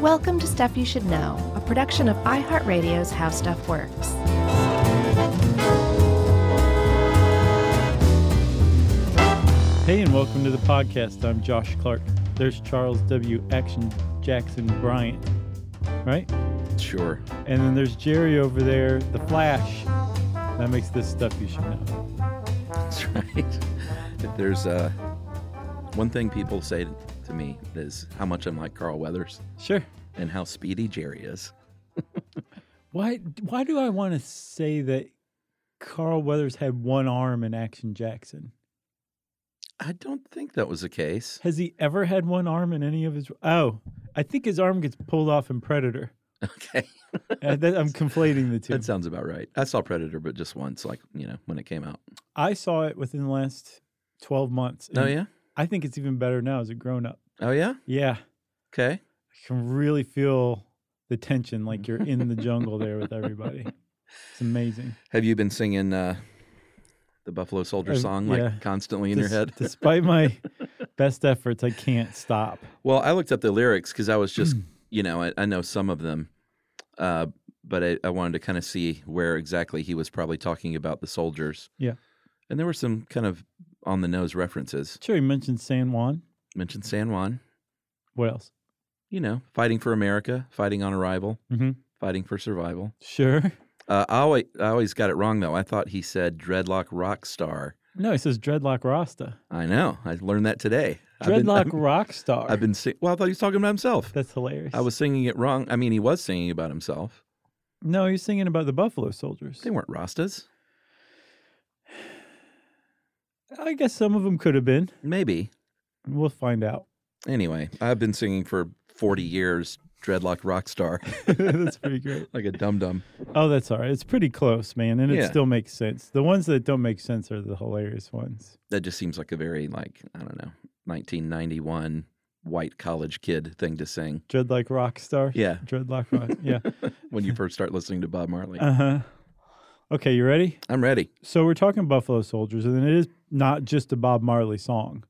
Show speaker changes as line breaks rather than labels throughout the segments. Welcome to Stuff You Should Know, a production of iHeartRadio's How Stuff Works.
Hey, and welcome to the podcast. I'm Josh Clark. There's Charles W. Action Jackson Bryant, right?
Sure.
And then there's Jerry over there, the Flash. That makes this stuff you should know.
That's right. If there's uh, one thing people say to me is how much I'm like Carl Weathers
Sure.
and how speedy Jerry is.
Why? Why do I want to say that Carl Weathers had one arm in Action Jackson?
I don't think that was the case.
Has he ever had one arm in any of his? Oh, I think his arm gets pulled off in Predator.
Okay.
Uh, that- I'm conflating the two.
That sounds about right. I saw Predator, but just once, like, you know, when it came out.
I saw it within the last 12 months.
Oh,
and
yeah?
I think it's even better now as a grown up.
Oh, yeah?
Yeah.
Okay.
I can really feel the tension, like you're in the jungle there with everybody. It's amazing.
Have you been singing uh, the Buffalo Soldier
I've-
song, like,
yeah.
constantly in
Des-
your head?
despite my best efforts, I can't stop.
Well, I looked up the lyrics because I was
Hmm.
just, you know, I, I know some of them, uh, but I, I wanted to kind of see where exactly he was probably talking about the soldiers.
Yeah.
And there were some kind of on the nose references.
Sure, you mentioned San Juan.
Mentioned San Juan,
What else?
you know, fighting for America, fighting on arrival,
Mm-hmm.
fighting for survival.
Sure.
Uh, I, always, I always got it wrong, though. I thought he said dreadlock rock star.
No, it says Dreadlock Rasta.
I know. I learned that today.
Dreadlock
I've been,
Rockstar.
I've, I've been sing- well, I thought he was talking about himself.
That's hilarious.
I was singing it wrong. I mean, he was singing about himself.
No, he's singing about the Buffalo Soldiers.
They weren't Rastas.
I guess some of them could have been.
Maybe.
We'll find out.
Anyway, I've been singing for 40 years, Dreadlock Rockstar,
That's pretty great.
like a dum dum.
Oh, that's all right. It's pretty close, man, and it
Yeah.
still makes sense. The ones that don't make sense are the hilarious ones.
That just seems like a very, like, I don't know, 1991 white college kid thing to sing.
Dreadlock Rockstar.
Yeah.
Dreadlock Rock. Yeah.
When you first start listening to Bob Marley.
Uh huh. Okay, you ready?
I'm ready.
So we're talking Buffalo Soldiers, and it is not just a Bob Marley song.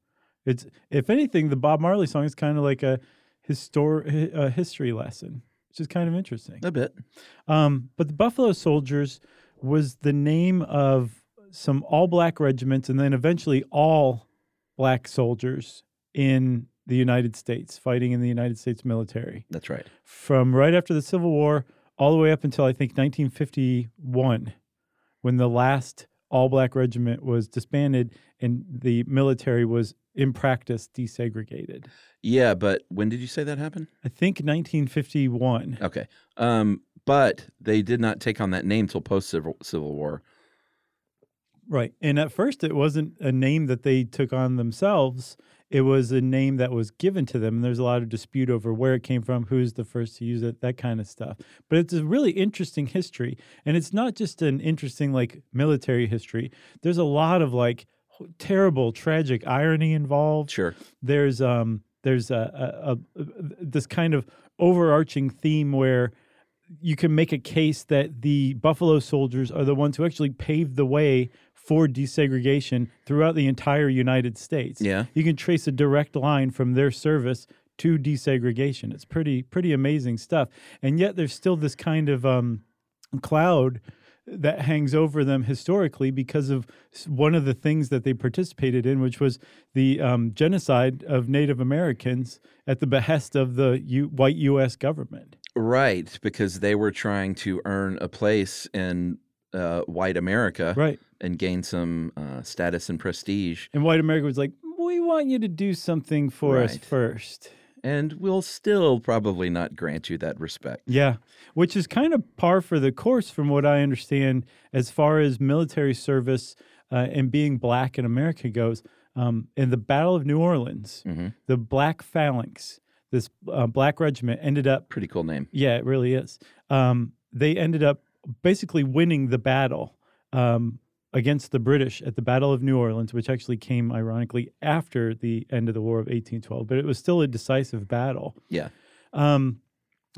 It's, if anything, the Bob Marley song is kind of like a, histor- hi- a history lesson, which is kind of interesting.
A bit.
Um, but the Buffalo Soldiers was the name of some all black regiments and then eventually all black soldiers in the United States, fighting in the United States military
That's right.
from right after the Civil War all the way up until I think 1951, when the last all black regiment was disbanded and the military was in practice desegregated.
Yeah, but when did you say that happened?
I think 1951.
Okay. Um, but they did not take on that name till post Civil Civil War.
Right. And at first, it wasn't a name that they took on themselves. It was a name that was given to them. And there's a lot of dispute over where it came from, who's the first to use it, that kind of stuff. But it's a really interesting history. And it's not just an interesting, like, military history, there's a lot of, like, h- terrible, tragic irony involved
Sure.
there's um there's a, a, a this kind of overarching theme where you can make a case that the buffalo soldiers are the ones who actually paved the way for desegregation throughout the entire United States.
Yeah.
You can trace a direct line from their service to desegregation. It's pretty pretty amazing stuff. And yet there's still this kind of um cloud that hangs over them historically because of s- one of the things that they participated in, which was the um, genocide of Native Americans at the behest of the U- white U.S. government.
Right. Because they were trying to earn a place in uh, white America.
Right.
and gain some uh, status and prestige.
And white America was like, we want you to do something for us
Right.
first.
And we'll still probably not grant you that respect.
Yeah. Which is kind of par for the course, from what I understand, as far as military service uh, and being black in America goes. Um, in the Battle of New Orleans,
Mhm.
the Black Phalanx, this uh, black regiment ended up
Pretty cool name.
Yeah, it really is. Um, they ended up basically winning the battle um, against the British at the Battle of New Orleans, which actually came ironically after the end of the War of 1812, but it was still a decisive battle.
Yeah.
Um,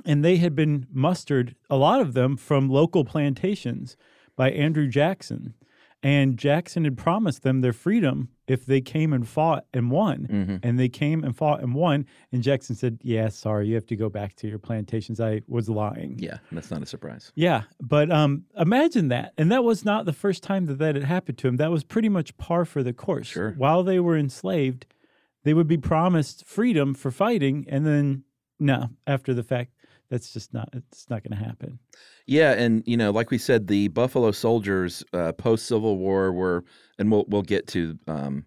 and they had been mustered, a lot of them, from local plantations by Andrew Jackson. And Jackson had promised them their freedom if they came and fought and won.
Mhm.
And they came and fought and won. And Jackson said, Yeah, sorry, you have to go back to your plantations. I was lying.
Yeah, that's not a surprise.
Yeah, but um, imagine that. And that was not the first time that that had happened to him. That was pretty much par for the course.
Sure.
While they were enslaved, they would be promised freedom for fighting, and then no, after the fact, that's just not it's not going to happen.
Yeah, and you know, like we said, the Buffalo Soldiers uh, post Civil War were, and we'll we'll get to um,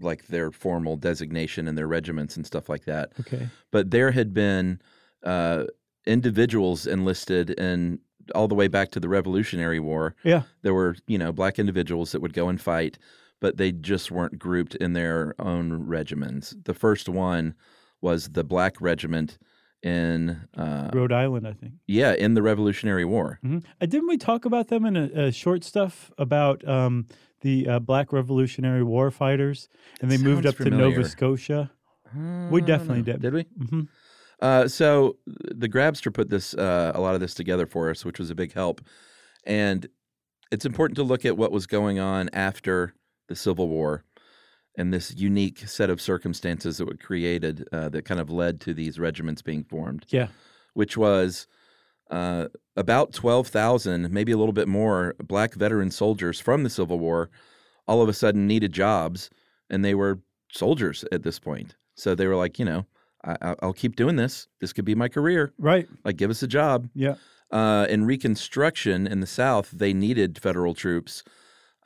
like their formal designation and their regiments and stuff like that.
Okay.
But there had been uh, individuals enlisted in all the way back to the Revolutionary War.
Yeah.
There were you know black individuals that would go and fight, but they just weren't grouped in their own regiments. The first one was the Black Regiment in uh,
Rhode Island, I think.
yeah in the Revolutionary War.
hmm Uh, didn't we talk about them in a, a short stuff about um, the uh, Black Revolutionary War fighters, and they
That
moved up
sounds
to
familiar.
Nova Scotia?
Uh,
definitely did.
Did we?
hmm
Uh, so the Grabster put this uh, a lot of this together for us, which was a big help. And it's important to look at what was going on after the Civil War and this unique set of circumstances that were created uh, that kind of led to these regiments being formed,
Yeah.
which was uh, about 12,000, maybe a little bit more, black veteran soldiers from the Civil War all of a sudden needed jobs and they were soldiers at this point. So they were like, you know, I, I- I'll keep doing this. This could be my career.
Right.
Like, give us a job.
Yeah.
Uh, in Reconstruction in the South, they needed federal troops.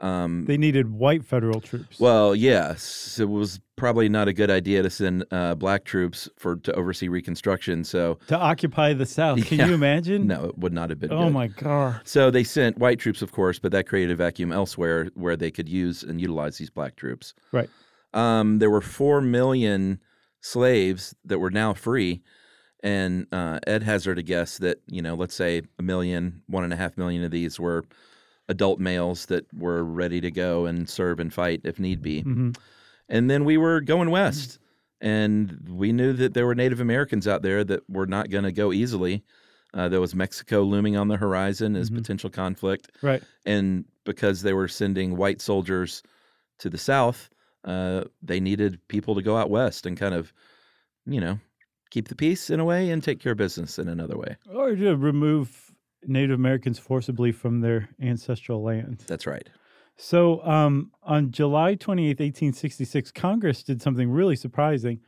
Um,
They needed white federal troops.
well, yes, it was probably not a good idea to send uh, black troops for to oversee Reconstruction. So,
to occupy the South. Can
Yeah.
you imagine?
no, it would not have been.
Oh
good.
my God.
So they sent white troops, of course, but that created a vacuum elsewhere where they could use and utilize these black troops.
Right.
Um, there were four million slaves that were now free, and uh, Ed Hazard a guess that you know, let's say a million, one and a half million of these were adult males that were ready to go and serve and fight if need be.
Mhm.
And then we were going west, and we knew that there were Native Americans out there that were not going to go easily. Uh, there was Mexico looming on the horizon as
Mhm.
potential conflict,
Right.
and because they were sending white soldiers to the south, uh, they needed people to go out west and kind of, you know, keep the peace in a way and take care of business in another way.
Or to remove Native Americans forcibly from their ancestral land.
That's right.
So um, on July 28, 1866, Congress did something really surprising.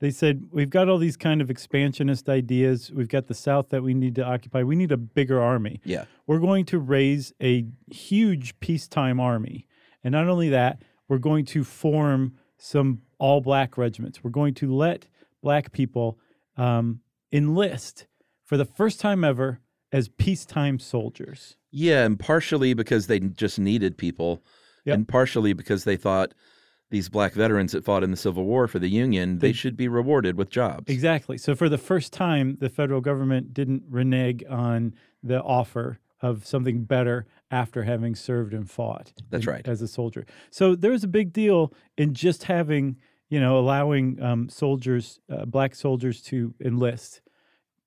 They said, We've got all these kind of expansionist ideas. We've got the South that we need to occupy. We need a bigger army.
Yeah.
We're going to raise a huge peacetime army. And not only that, we're going to form some all black regiments. We're going to let black people um, enlist for the first time ever as peacetime soldiers.
Yeah, and partially because they just needed people,
Yep.
and partially because they thought these black veterans that fought in the Civil War for the Union, they,
They-
should be rewarded with jobs.
Exactly. So for the first time, the federal government didn't renege on the offer of something better after having served and fought.
That's
in-
right.
As a soldier. So there was a big deal in just having, you know, allowing um, soldiers, uh, black soldiers to enlist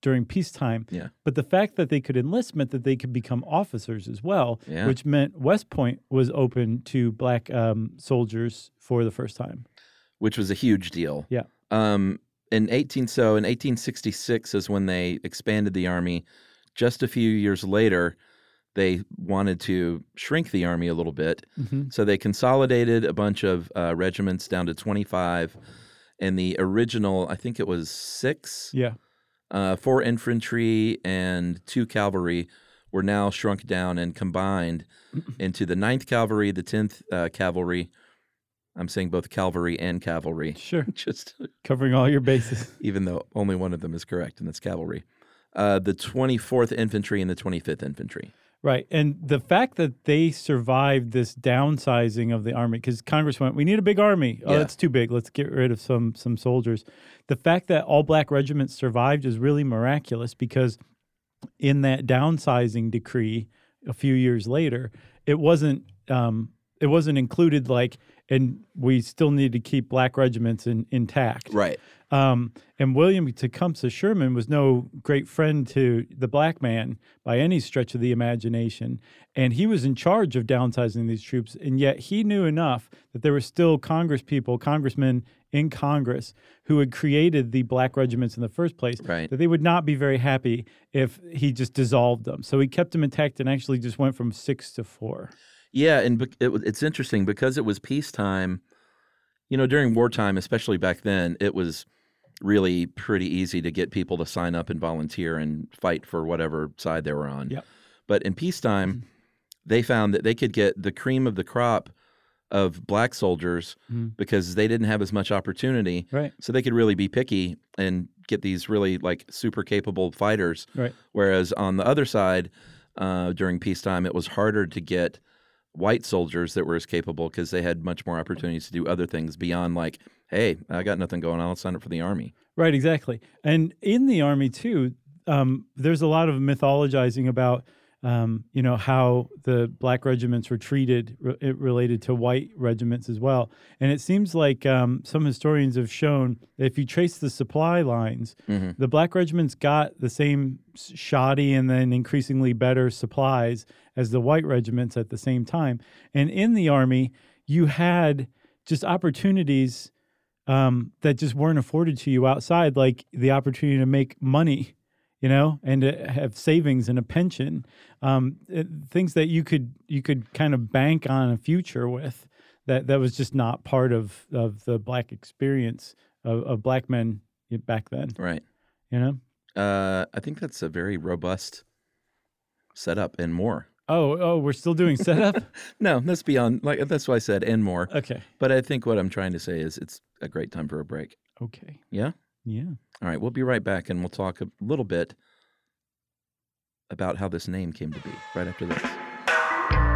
during peacetime.
Yeah.
But the fact that they could enlist meant that they could become officers as well,
Yeah.
which meant West Point was open to black um, soldiers for the first time.
Which was a huge deal.
Yeah.
Um, in 18 so in 1866 is when they expanded the army. Just a few years later, they wanted to shrink the army a little bit,
Mm-hmm.
So they consolidated a bunch of uh, regiments down to 25. And the original, I think it was six,
Yeah.
uh, four infantry and two cavalry were now shrunk down and combined into the 9th Cavalry, the 10th uh, Cavalry. I'm saying both cavalry and cavalry,
Sure.
just
Covering all your bases.
even though only one of them is correct, and that's cavalry. Uh, the 24th Infantry and the 25th Infantry.
Right. And the fact that they survived this downsizing of the army, because Congress went, we need a big army. Oh,
Yeah.
that's too big. Let's get rid of some some soldiers. The fact that all black regiments survived is really miraculous because in that downsizing decree a few years later, it wasn't um, it wasn't included like and we still need to keep black regiments in, intact
Right.
um, and William Tecumseh Sherman was no great friend to the black man by any stretch of the imagination. And he was in charge of downsizing these troops. And yet he knew enough that there were still Congress people, congressmen in Congress, who had created the black regiments in the first place,
Right.
that they would not be very happy if he just dissolved them. So he kept them intact and actually just went from six to four.
Yeah, and bec- it, was- it's interesting because it was peacetime. You know, during wartime, especially back then, it was really pretty easy to get people to sign up and volunteer and fight for whatever side they were on.
Yep.
But in peacetime, they found that they could get the cream of the crop of black soldiers
Mhm.
because they didn't have as much opportunity.
Right.
So they could really be picky and get these really like super capable fighters.
Right.
Whereas on the other side, uh, during peacetime, it was harder to get white soldiers that were as capable because they had much more opportunities to do other things beyond like, hey, I got nothing going on. I'll sign up for the army.
Right, exactly. And in the army too, um, there's a lot of mythologizing about um, you know how the black regiments were treated re- it related to white regiments as well. And it seems like um, some historians have shown that if you trace the supply lines,
Mhm.
the black regiments got the same s- shoddy and then increasingly better supplies as the white regiments at the same time. And in the army, you had just opportunities um, that just weren't afforded to you outside, like the opportunity to make money, you know, and to have savings and a pension, um, uh, things that you could you could kind of bank on a future with. That that was just not part of of the black experience of, of black men back then.
Right.
You know.
Uh, I think that's a very robust setup and more.
Oh oh, we're still doing setup. Uh
No, that's beyond. Like that's why I said and more.
okay
But I think what I'm trying to say is it's a great time for a break.
okay
Yeah.
yeah.
All right, we'll be right back and we'll talk a little bit about how this name came to be right after this.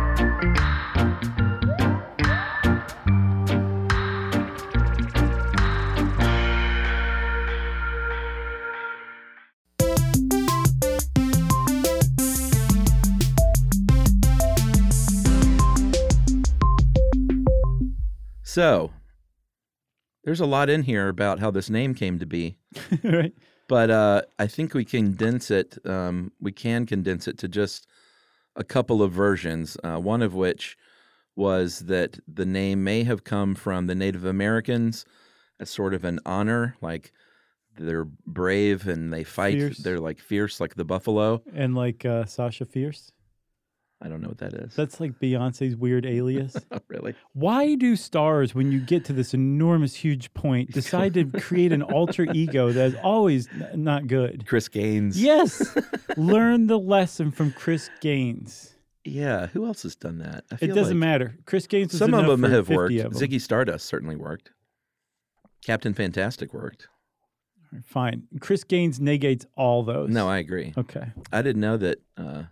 So, there's a lot in here about how this name came to be
right.
but uh, I think we condense it. Um, we can condense it to just a couple of versions. Uh, one of which was that the name may have come from the Native Americans as sort of an honor, like they're brave and they fight.
Fierce.
They're like fierce, like the buffalo.
And like uh, Sasha Fierce,
I don't know what that is.
that's like Beyonce's weird alias.
Not really.
Why do stars, when you get to this enormous, huge point, decide to create an alter ego that is always n- not good?
Chris Gaines.
Yes, learn the lesson from Chris Gaines.
Yeah. Who else has done that? I
It
feel
doesn't
like
matter. Chris Gaines. Was
Some of
enough
them
for
have
50
worked.
of 'em.
Ziggy Stardust certainly worked. Captain Fantastic worked.
Fine. Chris Gaines negates all those.
No, I agree.
okay.
I didn't know that uh,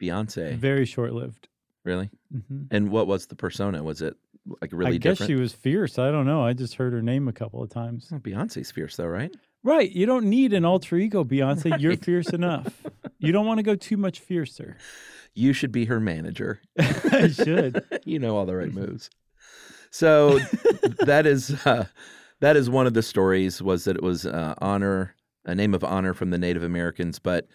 Beyonce
Very short-lived.
really.
hmm
And what was the persona? Was it like really
I guess
different?
she was fierce. I don't know. I just heard her name a couple of times.
Oh, Beyonce's fierce though, right?
Right. You don't need an alter ego, Beyonce. You're
Right.
fierce enough. You don't want to go too much fiercer.
You should be her manager. Eh,
I should.
you know all the right
Mm-hmm.
moves. So that is uh, that is one of the stories was that it was uh, honor a name of honor from the Native Americans, but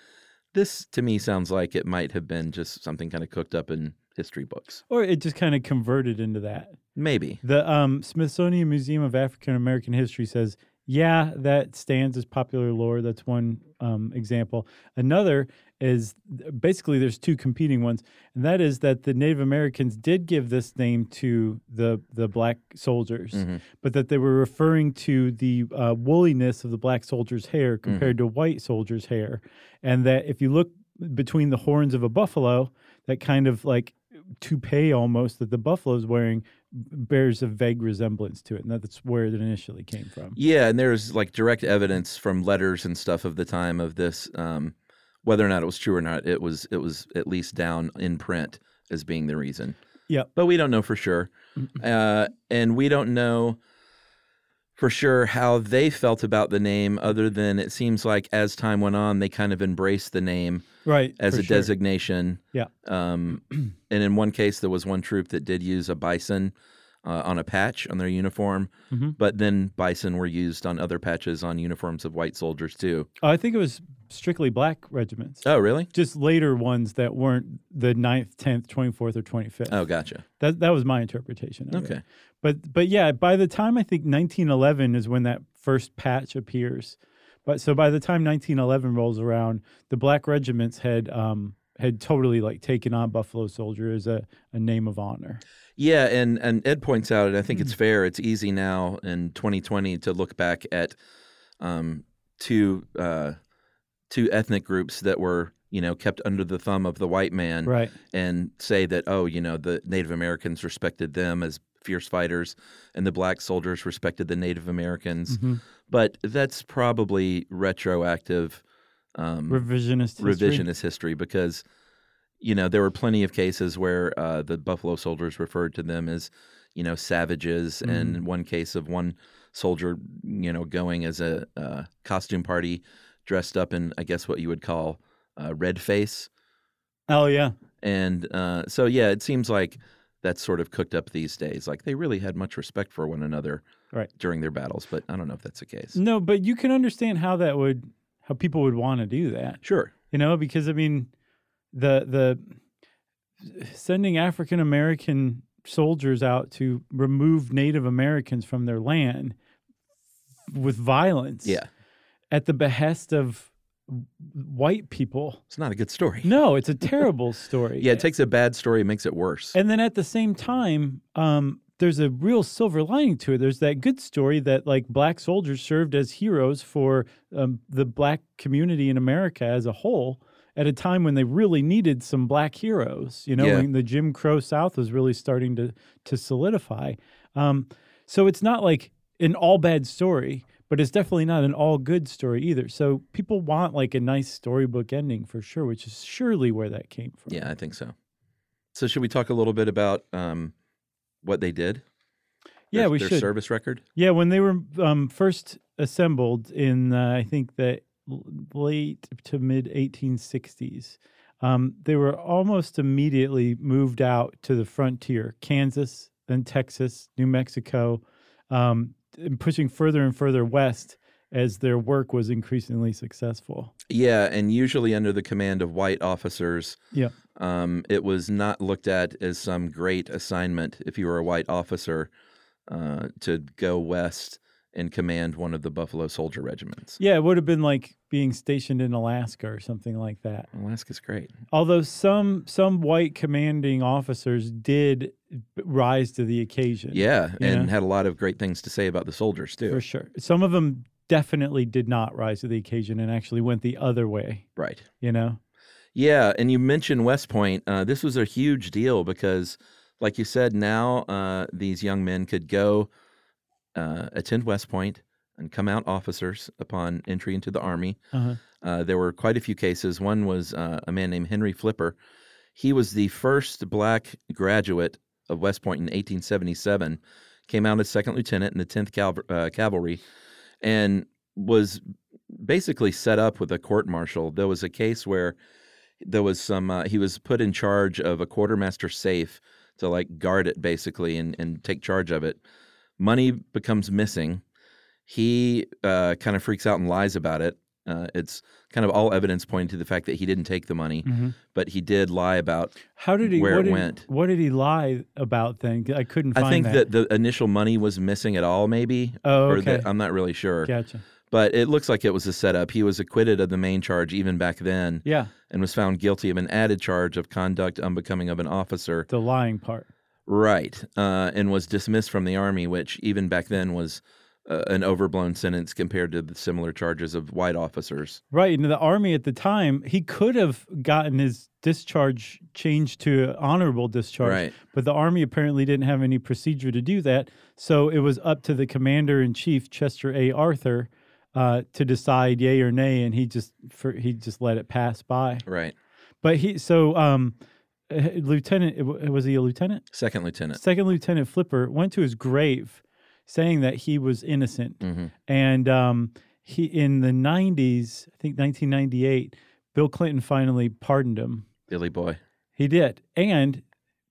this to me sounds like it might have been just something kind of cooked up in history books.
Or it just kind of converted into that.
Maybe.
The um, Smithsonian Museum of African American History says, yeah, that stands as popular lore. That's one um, example. Another is basically there's two competing ones, and that is that the Native Americans did give this name to the the black soldiers,
Mhm.
but that they were referring to the uh, wooliness of the black soldier's hair compared to white soldier's hair, and that if you look between the horns of a buffalo, that kind of like toupee almost that the buffalo's wearing bears a vague resemblance to it, and that's where it initially came from.
Yeah, and there's like direct evidence from letters and stuff of the time of this. Um, whether or not it was true or not, it was it was at least down in print as being the reason.
Yep.
but we don't know for sure, uh, and we don't know for sure how they felt about the name, other than it seems like as time went on, they kind of embraced the name
right
as
for
a
sure.
designation.
Yeah.
Um, and in one case, there was one troop that did use a bison uh, on a patch on their uniform,
Mhm.
but then bison were used on other patches on uniforms of white soldiers too.
Oh, I think it was strictly black regiments.
Oh, really?
Just later ones that weren't the 9th, 10th, 24th, or 25th.
Oh, gotcha.
That that was my interpretation. Of it.
Okay.
But but yeah, by the time I think 1911 is when that first patch appears. But so by the time 1911 rolls around, the black regiments had um had totally like taken on Buffalo Soldier as a, a name of honor.
Yeah, and and Ed points out, and I think it's fair. It's easy now in 2020 to look back at um, two uh, two ethnic groups that were you know kept under the thumb of the white man,
Right.
and say that oh you know the Native Americans respected them as fierce fighters, and the black soldiers respected the Native Americans.
Mhm.
But that's probably retroactive. Um,
Revisionist history.
revisionist history because you know there were plenty of cases where uh, the buffalo soldiers referred to them as you know savages
Mm.
and one case of one soldier you know going as a uh, costume party dressed up in i guess what you would call uh, red face
Oh yeah.
and uh, so yeah it seems like that's sort of cooked up these days like they really had much respect for one another
Right.
during their battles but i don't know if that's the case
No, but you can understand how that would how people would want to do that.
sure
you know because i mean the the sending african american soldiers out to remove native americans from their land with violence
yeah
at the behest of white people
it's not a good story
no it's a terrible story
yeah it takes a bad story and makes it worse
and then at the same time, um, there's a real silver lining to it. There's that good story that like black soldiers served as heroes for um, the black community in America as a whole at a time when they really needed some black heroes. You know,
Yeah.
when the Jim Crow South was really starting to to solidify. Um, so it's not like an all bad story, but it's definitely not an all good story either. So people want like a nice storybook ending for sure, which is surely where that came from.
Yeah, I think so. So should we talk a little bit about um, what they did?
Yeah,
Their-
we
their
should.
service record.
Yeah, when they were um, first assembled in, uh, I think the l- late to mid 1860s, um, they were almost immediately moved out to the frontier, Kansas, then Texas, New Mexico, um, and pushing further and further west as their work was increasingly successful.
Yeah, and usually under the command of white officers.
Yeah.
Um, it was not looked at as some great assignment if you were a white officer uh, to go west and command one of the Buffalo Soldier regiments.
Yeah, it would have been like being stationed in Alaska or something like that.
Alaska's great.
Although some some white commanding officers did b- rise to the occasion.
Yeah, and
Yeah.
had a lot of great things to say about the soldiers too.
For sure. Some of them definitely did not rise to the occasion and actually went the other way,
Right.
you know?
Yeah, and you mentioned West Point. Uh, this was a huge deal because, like you said, now uh, these young men could go uh, attend West Point and come out officers upon entry into the Army.
Uh-huh.
Uh, there were quite a few cases. One was uh, a man named Henry Flipper. He was the first black graduate of West Point in 1877. Came out as second lieutenant in the 10th Cal- uh, Cavalry, and was basically set up with a court martial. There was a case where there was some. Uh, he was put in charge of a quartermaster safe to like guard it basically and and take charge of it. Money becomes missing. He uh, kind of freaks out and lies about it. Uh, it's kind of all evidence pointing to the fact that he didn't take the money, but he did lie about.
How did he
Where
what
it
did,
went.
What did he lie about then? I couldn't find
I think that. the initial money was missing at all, maybe.
Oh,
Or um, that,
okay.
I'm not really sure.
gotcha.
But it looks like it was a setup. He was acquitted of the main charge even back then
Yeah.
and was found guilty of an added charge of conduct unbecoming of an officer.
The lying part.
Right. Uh, and was dismissed from the army, which even back then was uh, an overblown sentence compared to the similar charges of white officers.
Right. And the army at the time, he could have gotten his discharge changed to honorable discharge.
Right.
But the army apparently didn't have any procedure to do that. So it was up to the commander in chief, Chester A. Arthur, uh, to decide yay or nay, and he just for, he just let it pass by.
Right.
But he so um, uh, lieutenant w- was he a lieutenant?
Second lieutenant.
Second lieutenant Flipper went to his grave saying that he was innocent.
Mhm.
And um, he in the 90s, I think 1998, Bill Clinton finally pardoned him.
Billy Boy.
He did. And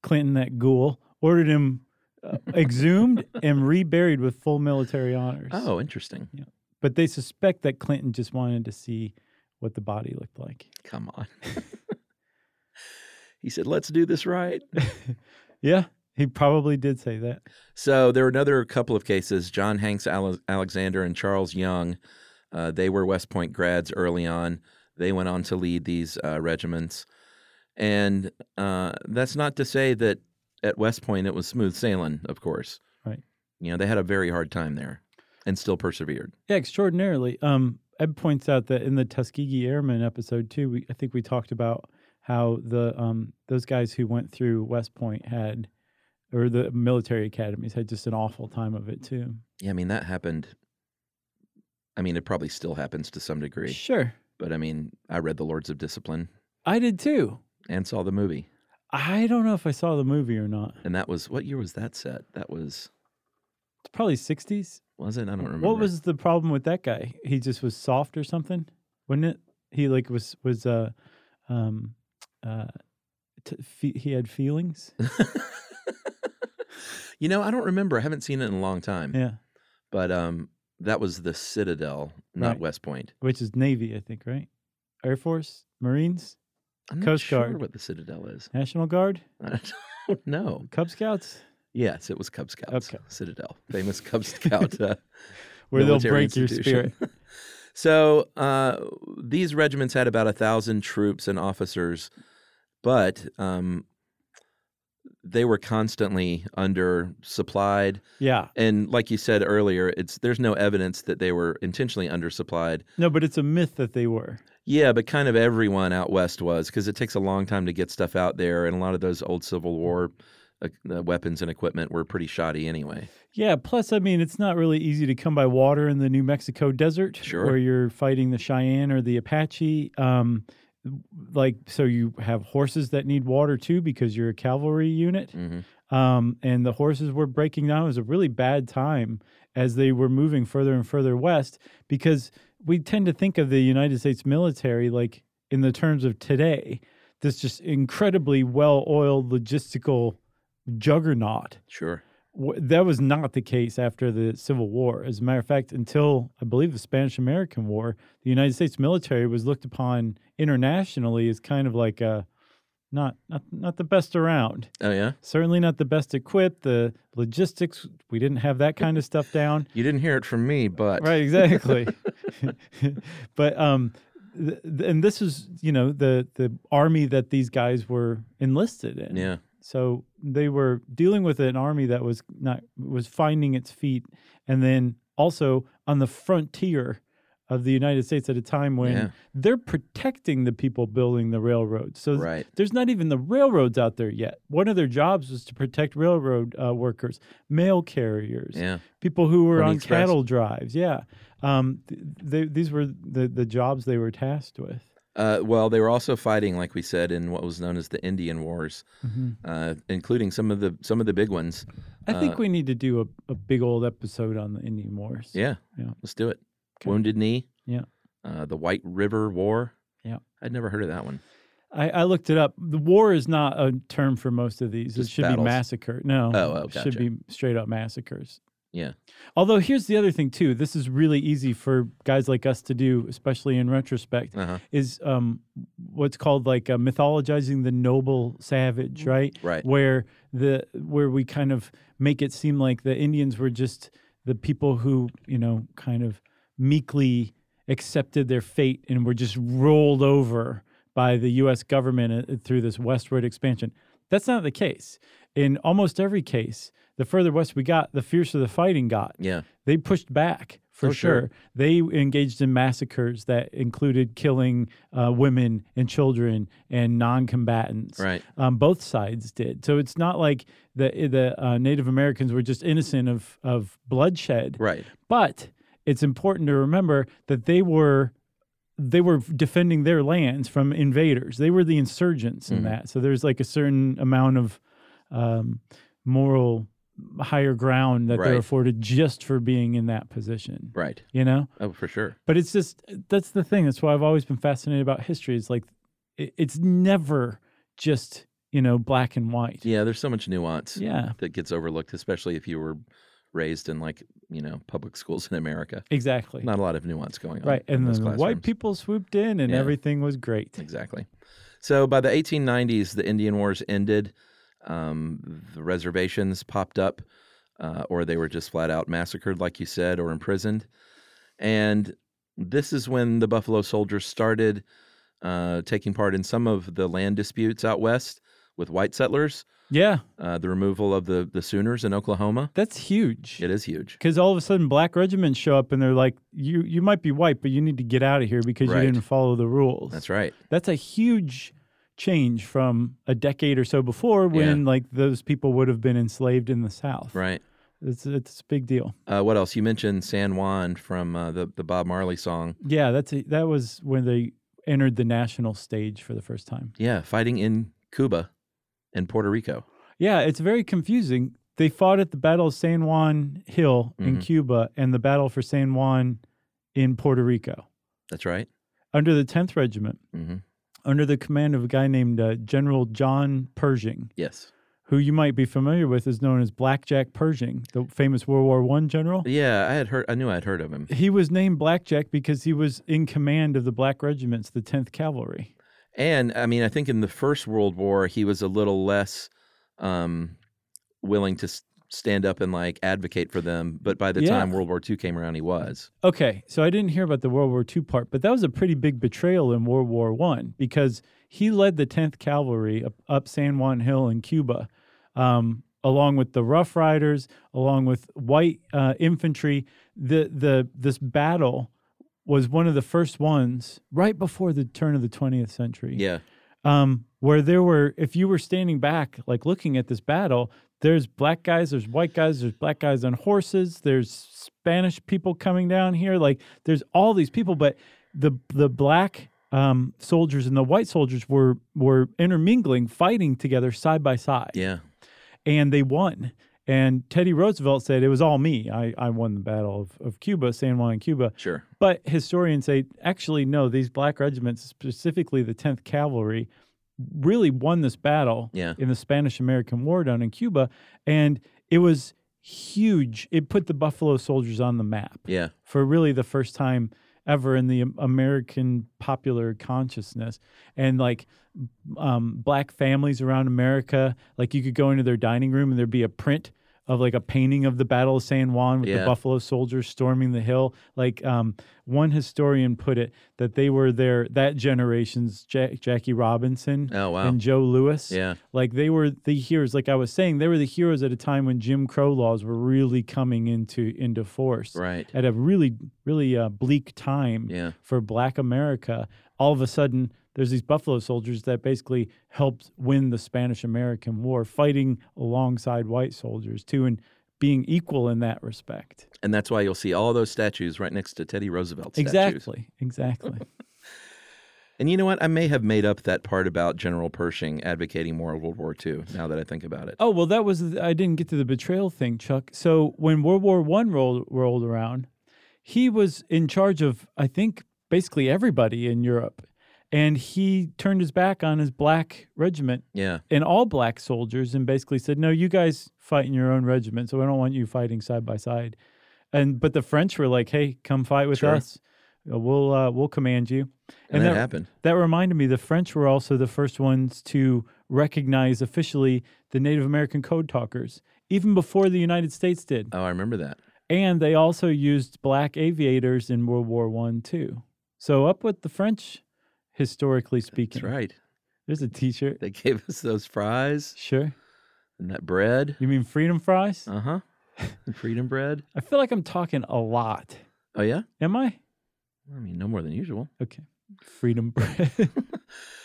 Clinton, that ghoul, ordered him uh, exhumed and reburied with full military honors.
Oh, interesting.
But they suspect that Clinton just wanted to see what the body looked like.
Come on. he said, let's do this right.
Yeah, he probably did say that.
So there were another couple of cases. John Hanks Ale- Alexander and Charles Young, uh, they were West Point grads early on. They went on to lead these uh, regiments. And uh, that's not to say that at West Point it was smooth sailing, of course.
Right.
You know, they had a very hard time there and still persevered.
Yeah, extraordinarily. Um, Ed points out that in the Tuskegee Airmen episode too, we, I think we talked about how the um, those guys who went through West Point had, or the military academies had just an awful time of it too.
Yeah, I mean, that happened. I mean, it probably still happens to some degree.
Sure,
But I mean, I read The Lords of Discipline
I did too.
and saw the movie.
I don't know if I saw the movie or not.
And that was, what year was that set? That was,
It's probably sixties.
was it? I don't remember.
What was the problem with that guy? He just was soft or something, wasn't it? He like was was uh, um, uh, t- fe- he had feelings.
you know, I don't remember. I haven't seen it in a long time.
yeah,
But um, that was the Citadel, not
Right.
West Point.
which is Navy, I think, right? Air Force, Marines,
I'm not
Coast
sure
Guard.
what the Citadel is.
National Guard,
I don't know.
Cub Scouts,
Yes, it was Cub Scouts.
Okay.
Citadel, famous Cub Scout. Uh,
where they'll
military
break your
institution.
spirit.
so uh, these regiments had about a thousand troops and officers, but um, they were constantly undersupplied.
Yeah,
And like you said earlier, it's there's no evidence that they were intentionally undersupplied.
no, but it's a myth that they were.
Yeah, but kind of everyone out west was because it takes a long time to get stuff out there, and a lot of those old Civil War uh, uh, weapons and equipment were pretty shoddy anyway.
Yeah. Plus, I mean, it's not really easy to come by water in the New Mexico desert,
Sure.
where you're fighting the Cheyenne or the Apache. Um, like, so you have horses that need water too because you're a cavalry unit.
hmm
um, and the horses were breaking down. It was a really bad time as they were moving further and further west because we tend to think of the United States military like in the terms of today, this just incredibly well oiled logistical juggernaut.
Sure.
W- That was not the case after the Civil War. As a matter of fact, until I believe the Spanish American War, the United States military was looked upon internationally as kind of like a not not not the best around
Oh yeah,
certainly not the best equipped. The logistics, we didn't have that kind of stuff down.
you didn't hear it from me, but
Right, exactly. but um, th- th- and this is you know the the army that these guys were enlisted in.
yeah,
So they were dealing with an army that was not was finding its feet, and then also on the frontier of the United States at a time when
Yeah.
they're protecting the people building the railroads. So th-
right.
there's not even the railroads out there yet. One of their jobs was to protect railroad uh, workers, mail carriers,
Yeah,
people who were
Pony
on
Express.
cattle drives. Yeah, um, th- they, these were the, the jobs they were tasked with.
uh, well, they were also fighting, like we said, in what was known as the Indian Wars, uh, including some of the some of the big ones.
Mm-hmm. I
Uh,
think we need to do a, a big old episode on the Indian Wars.
Yeah,
Yeah.
let's do it.
Okay.
Wounded Knee.
Yeah.
Uh, the White River War.
Yeah.
I'd never heard of that one.
I, I looked it up. The war is not a term for most of these.
Just
it should
battles.
be massacre. No,
Oh, oh,
it should
gotcha.
be straight up massacres.
Yeah.
Although here's the other thing too. This is really easy for guys like us to do, especially in retrospect.
Uh huh.
is um, what's called like uh, mythologizing the noble savage, right?
Right.
Where the where we kind of make it seem like the Indians were just the people who you know kind of meekly accepted their fate and were just rolled over by the U.S. government uh, through this westward expansion. That's not the case. In almost every case, the further west we got, the fiercer the fighting got
Yeah.
they pushed back for
Oh, sure.
sure. They engaged in massacres that included killing uh, women and children and non-combatants.
Right.
Um, both sides did. So it's not like the the uh, Native Americans were just innocent of of bloodshed.
Right.
But it's important to remember that they were they were defending their lands from invaders. They were the insurgents
Mhm.
in that. So there's like a certain amount of um, moral higher ground that they're
Right.
afforded just for being in that position.
Right.
You know?
Oh, for sure.
But it's just that's the thing. That's why I've always been fascinated about history. It's like it, it's never just, you know, black and white.
Yeah, there's so much nuance
Yeah,
that gets overlooked, especially if you were raised in like, you know, public schools in America.
exactly.
Not a lot of nuance going on.
right.
in
And
those
then the white
classrooms.
people swooped in and
Yeah.
everything was great.
Exactly. So by the 1890s, the Indian Wars ended. Um, the reservations popped up, uh, or they were just flat out massacred, like you said, or imprisoned. And this is when the Buffalo Soldiers started uh, taking part in some of the land disputes out west with white settlers.
Yeah.
Uh, the removal of the the Sooners in Oklahoma.
That's huge.
It is huge.
Because all of a sudden, black regiments show up and they're like, "You you might be white, but you need to get out of here because
Right.
you didn't follow the rules."
That's right.
That's a huge change from a decade or so before when like those people would have been enslaved in the South.
Right.
It's it's a big deal.
Uh, what else? You mentioned San Juan from uh, the the Bob Marley song.
Yeah, that's a, that was when they entered the national stage for the first time.
Yeah, fighting in Cuba and Puerto Rico.
Yeah, it's very confusing. They fought at the Battle of San Juan Hill in
Mhm.
Cuba and the Battle for San Juan in Puerto Rico
That's right.
under the 10th Regiment.
hmm
under the command of a guy named uh, General John Pershing,
Yes.
who you might be familiar with is known as Blackjack Pershing, the famous World War One general.
Yeah, I had heard. I knew I had heard of him.
He was named Blackjack because he was in command of the Black Regiments, the 10th Cavalry.
And I mean, I think in the First World War, he was a little less um, willing to s- stand up and like advocate for them. But by the
Yeah.
time World War II came around, he was.
Okay, so I didn't hear about the World War II part, but that was a pretty big betrayal in World War One because he led the 10th Cavalry up, up San Juan Hill in Cuba, um, along with the Rough Riders, along with white uh, infantry. The the this battle was one of the first ones right before the turn of the 20th century
Yeah.
um, where there were, if you were standing back, like looking at this battle, there's black guys, there's white guys, there's black guys on horses, there's Spanish people coming down here. Like there's all these people, but the the black um, soldiers and the white soldiers were were intermingling, fighting together side by side,
Yeah.
and they won. And Teddy Roosevelt said it was all me. I, I won the battle of, of Cuba, San Juan, Cuba.
Sure.
But historians say, actually, no, these black regiments, specifically the 10th Cavalry, really won this battle
Yeah.
in the Spanish American War down in Cuba. And it was huge. It put the Buffalo Soldiers on the map
Yeah.
for really the first time ever in the Am- American popular consciousness. And like um, black families around America, like you could go into their dining room and there'd be a print of like a painting of the Battle of San Juan with
Yeah.
the Buffalo soldiers storming the hill. Like um, one historian put it that they were their that generation's Jack, Jackie Robinson
Oh wow.
and Joe Lewis.
yeah.
Like they were the heroes, like I was saying, they were the heroes at a time when Jim Crow laws were really coming into into force
Right.
at a really really uh, bleak time
Yeah.
for black america all of a sudden there's these buffalo soldiers that basically helped win the spanish american war fighting alongside white soldiers too and being equal in that respect
And that's why you'll see all those statues right next to Teddy Roosevelt. statues.
exactly exactly
And you know what? I may have made up that part about General Pershing advocating more World War II. Now that I think about it.
oh well that was the- i didn't get to the betrayal thing chuck so when world war one rolled rolled around he was in charge of i think basically everybody in europe and he turned his back on his black regiment
Yeah.
and all black soldiers and basically said, "No, you guys fight in your own regiment, so I don't want you fighting side by side." And but the French were like, "Hey, come fight with
Sure.
us. Uh, We'll uh, we'll command you."
And, that happened.
that reminded me, the French were also the first ones to recognize officially the Native American code talkers, even before the United States did.
Oh, I remember that.
And they also used black aviators in World War One too. So up with the French, historically speaking.
That's right.
There's a T-shirt.
They gave us those fries
Sure.
and that bread.
You mean freedom fries?
Uh huh. Freedom bread.
I feel like I'm talking a lot.
Oh, yeah.
Am I?
I mean, no more than usual.
Okay. Freedom bread.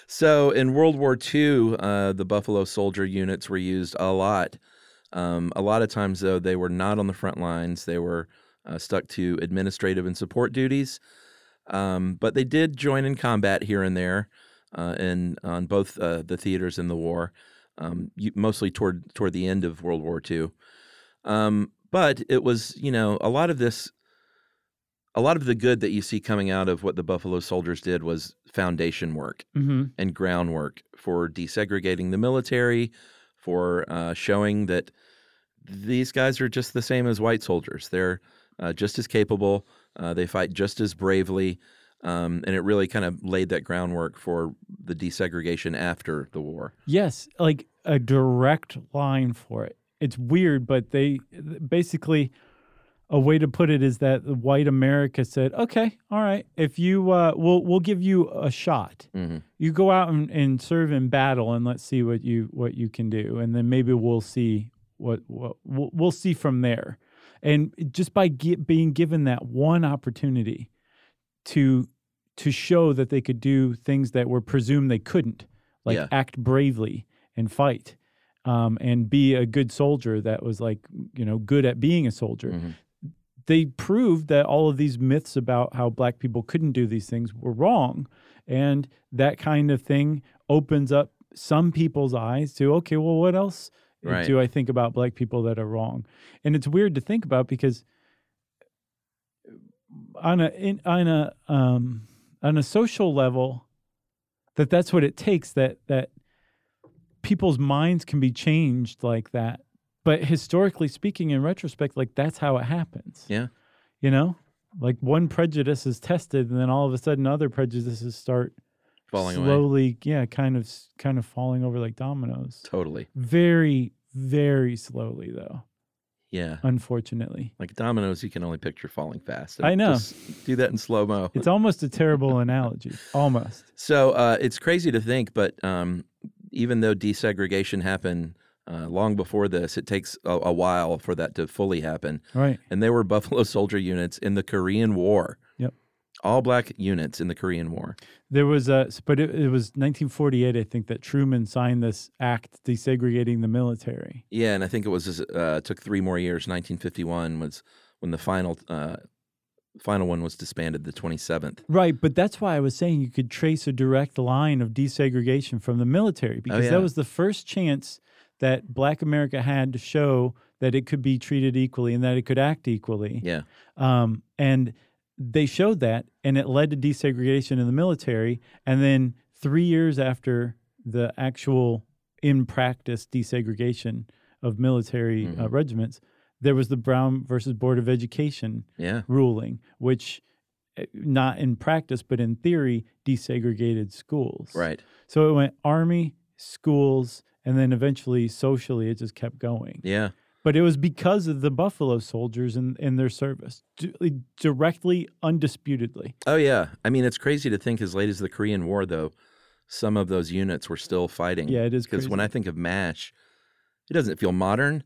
So in World War II, uh, the Buffalo Soldier units were used a lot. Um, a lot of times, though, they were not on the front lines. They were uh, stuck to administrative and support duties. Um, but they did join in combat here and there, uh, in on both uh, the theaters in the war, um, you- mostly toward toward the end of World War II. Um, but it was, you know, a lot of this, a lot of the good that you see coming out of what the Buffalo soldiers did was foundation work
Mm-hmm.
and groundwork for desegregating the military, for uh, showing that these guys are just the same as white soldiers. They're uh, just as capable. Uh, they fight just as bravely. Um, and it really kind of laid that groundwork for the desegregation after the war.
Yes, like a direct line for it. It's weird, but they basically a way to put it is that white America said, "Okay, all right, if you uh, we'll we'll give you a shot.
Mhm.
You go out and, and serve in battle, and let's see what you what you can do, and then maybe we'll see what what we'll, we'll see from there." And just by gi- being given that one opportunity to to show that they could do things that were presumed they couldn't, like
Yeah.
act bravely and fight um, and be a good soldier that was like you know good at being a soldier
Mhm.
they proved that all of these myths about how black people couldn't do these things were wrong and that kind of thing opens up some people's eyes to okay well what else eh,
Right.
do i think about black people that are wrong and it's weird to think about because eh, on a in, on a um, on a social level that that's what it takes that that people's minds can be changed like that but historically speaking in retrospect like that's how it happens
Yeah.
you know like one prejudice is tested and then all of a sudden other prejudices start
Falling away.
slowly yeah kind of s- kind of falling over like dominoes
Totally.
very very slowly though
Yeah.
Uh unfortunately
Like dominoes, you can only picture falling fast.
I know.
Just do that in slow mo.
it's almost a terrible analogy almost
So uh, it's crazy to think, but um, even though desegregation happened uh, long before this, it takes a, a while for that to fully happen.
right
And they were Buffalo Soldier units in the Korean War.
Yep.
All black units in the Korean War.
There was a, s- but it, it was 1948, I think, that Truman signed this act desegregating the military.
Yeah, and I think it was uh, took three more years. 1951 was when the final uh, final one was disbanded. The 27th.
Right, but that's why I was saying you could trace a direct line of desegregation from the military because
Oh, yeah.
that was the first chance that Black America had to show that it could be treated equally and that it could act equally.
Yeah,
Um, and they showed that, and it led to desegregation in the military. And then three years after the actual in practice desegregation of military uh,
Mhm.
regiments, there was the Brown versus Board of Education
yeah,
ruling, which eh, not in practice, but in theory, desegregated schools.
right.
So it went army, schools, and then eventually socially, it just kept going
Yeah,
but it was because of the Buffalo soldiers and, and their service, d- directly, undisputedly.
oh yeah. I mean, it's crazy to think as late as the Korean War, though, some of those units were still fighting.
Yeah, it is
because when
crazy.
I think of MASH, it doesn't feel modern,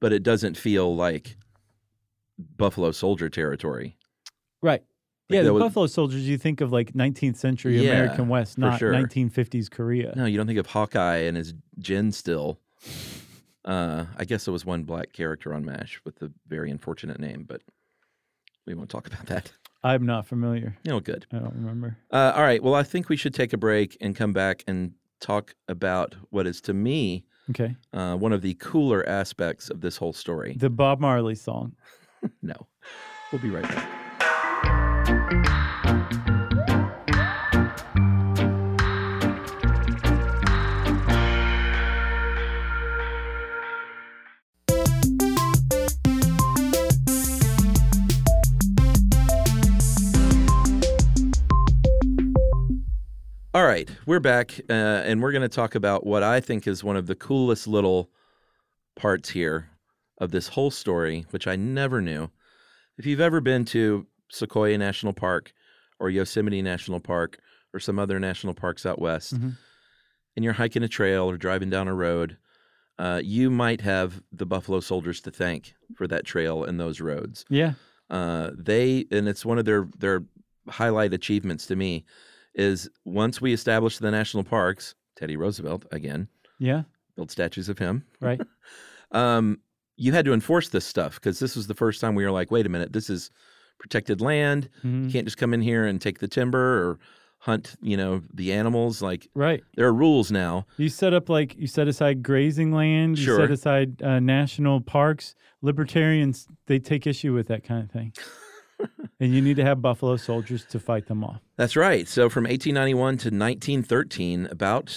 but it doesn't feel like Buffalo Soldier territory.
Right.
Like
yeah,
that
the
was-
Buffalo soldiers, you think of like 19th century
Yeah,
American West,
for
not
sure.
1950s Korea.
No, you don't think of Hawkeye and his gin still. Uh, I guess there was one black character on MASH with the very unfortunate name, but we won't talk about that.
I'm not familiar.
No, good.
I don't remember.
Uh, all right. Well, I think we should take a break and come back and talk about what is to me
Okay.
uh, one of the cooler aspects of this whole story.
The Bob Marley song.
No, we'll be right back. All right, we're back, uh, and we're going to talk about what I think is one of the coolest little parts here of this whole story, which I never knew. If you've ever been to Sequoia National Park or Yosemite National Park or some other national parks out west,
Mhm.
and you're hiking a trail or driving down a road, uh, you might have the Buffalo Soldiers to thank for that trail and those roads.
Yeah.
Uh, they and it's one of their their highlight achievements to me is once we established the national parks, Teddy Roosevelt again
Yeah.
built statues of him.
Right.
Um, you had to enforce this stuff because this was the first time we were like, wait a minute, this is protected land.
Mhm.
You can't just come in here and take the timber or hunt, you know, the animals. Like
Right.
there are rules now.
You set up like you set aside grazing land. You
Sure.
set aside uh, national parks. Libertarians they take issue with that kind of thing, and you need to have buffalo soldiers to fight them off.
That's right. So from 1891 to 1913, about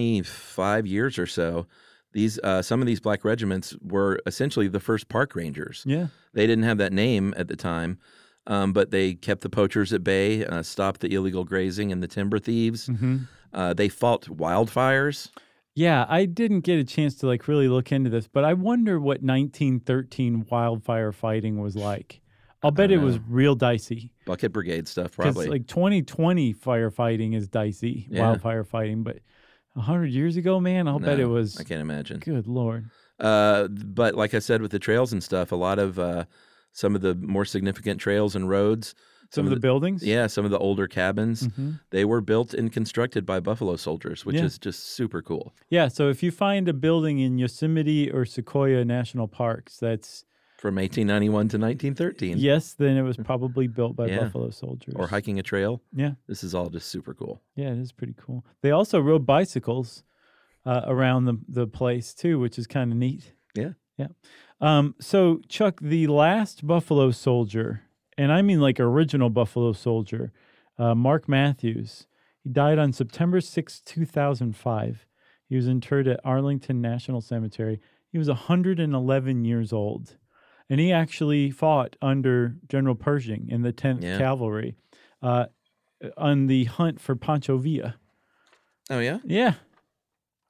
25 years or so, these uh, some of these black regiments were essentially the first park rangers.
Yeah.
They didn't have that name at the time, um, but they kept the poachers at bay, uh, stopped the illegal grazing and the timber thieves.
hmm
Uh, they fought wildfires.
Yeah, I didn't get a chance to like really look into this, but I wonder what 1913 wildfire fighting was like. I'll bet it
don't
was
know.
real dicey
Bucket Brigade stuff,
because
probably.
like 2020 firefighting is dicey,
Yeah.
wildfire fighting. But 100 years ago, man, I'll bet it
No,
was.
I can't imagine.
Good lord.
Uh, but like I said, with the trails and stuff, a lot of uh, some of the more significant trails and roads,
Some, of the, buildings.
yeah, some of the older cabins,
Mhm.
they were built and constructed by Buffalo soldiers, which
Yeah.
is just super cool.
Yeah, so if you find a building in Yosemite or Sequoia National Parks that's
From 1891 to 1913,
yes, then it was probably built by
Mm-hmm. Yeah.
buffalo soldiers.
or hiking a trail,
Yeah,
this is all just super cool.
yeah, it is pretty cool. They also rode bicycles uh, around the the place too, which is kind of neat.
Yeah.
yeah. Um, so Chuck, the last buffalo soldier, and I mean like original buffalo soldier, uh, Mark Matthews, he died on September 6, two thousand five. He was interred at Arlington National Cemetery. He was 111 years old. And he actually fought under General Pershing in the 10th
Yeah.
Cavalry uh, on the hunt for Pancho Villa.
Oh yeah,
Yeah.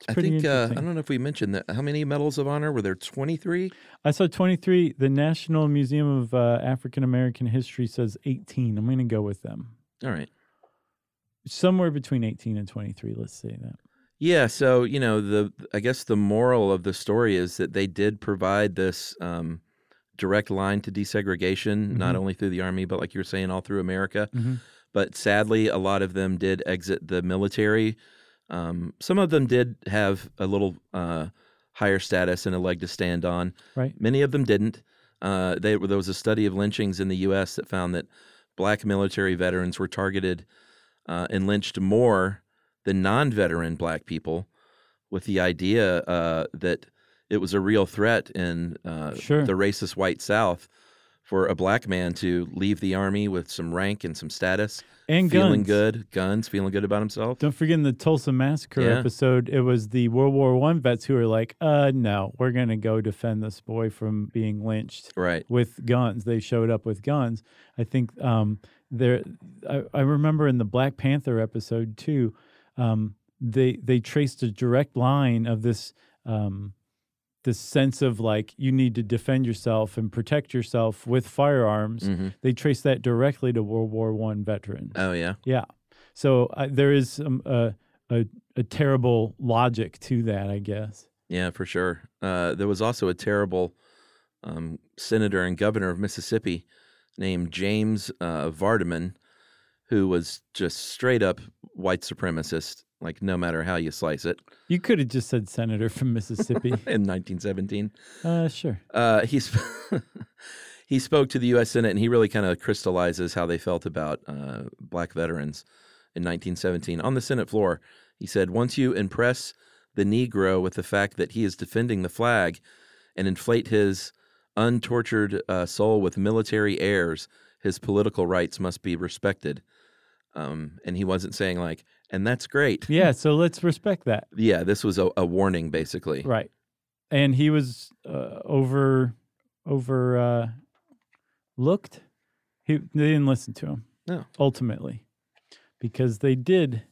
It's
I
pretty
think uh, I
interesting.
don't know if we mentioned that. How many medals of honor were there? 23.
I saw 23. The National Museum of uh, African American History says 18. I'm going to go with them.
All right.
Somewhere between 18 and 23. Let's say that.
Yeah, so you know the I guess the moral of the story is that they did provide this um, direct line to desegregation, not only through the army, but like you were saying, all through America.
Mhm.
But sadly, a lot of them did exit the military. Um, some of them did have a little uh, higher status and a leg to stand on.
Right.
Many of them didn't. Uh, they, there was a study of lynchings in the U.S. that found that black military veterans were targeted uh, and lynched more than non-veteran black people, with the idea uh, that it was a real threat in uh,
Sure.
the racist white South for a black man to leave the army with some rank and some status,
And
feeling
guns.
good, guns, feeling good about himself.
Don't forget in the Tulsa massacre
Yeah.
episode, it was the World War One vets who were like, "Uh, no, we're gonna go defend this boy from being lynched
Right.
with guns." They showed up with guns. I think um, there. I, I remember in the Black Panther episode too, um, they they traced a direct line of this. Um, this sense of like you need to defend yourself and protect yourself with firearms
Mhm.
they traced that directly to world war one veterans
Oh yeah.
yeah. So I there is um, a, a a terrible logic to that, I guess.
Yeah, for sure. Uh, there was also a terrible um, senator and governor of Mississippi named James uh, Vardaman, who was just straight up white supremacist, like no matter how you slice it,
You could have just said senator from Mississippi.
in 1917.
uh, sure.
Uh, he, sp- he spoke to the U.S. Senate, and he really kind of crystallizes how they felt about uh, black veterans in 1917. On the Senate floor, he said, Once you impress the Negro with the fact that he is defending the flag and inflate his untortured uh, soul with military airs, his political rights must be respected. Um, and he wasn't saying, like, and that's great.
Yeah. So let's respect that.
Yeah, this was a, a warning, basically.
Right. And he was uh, over over uh, looked. He they didn't listen to him.
No.
Ultimately, because they did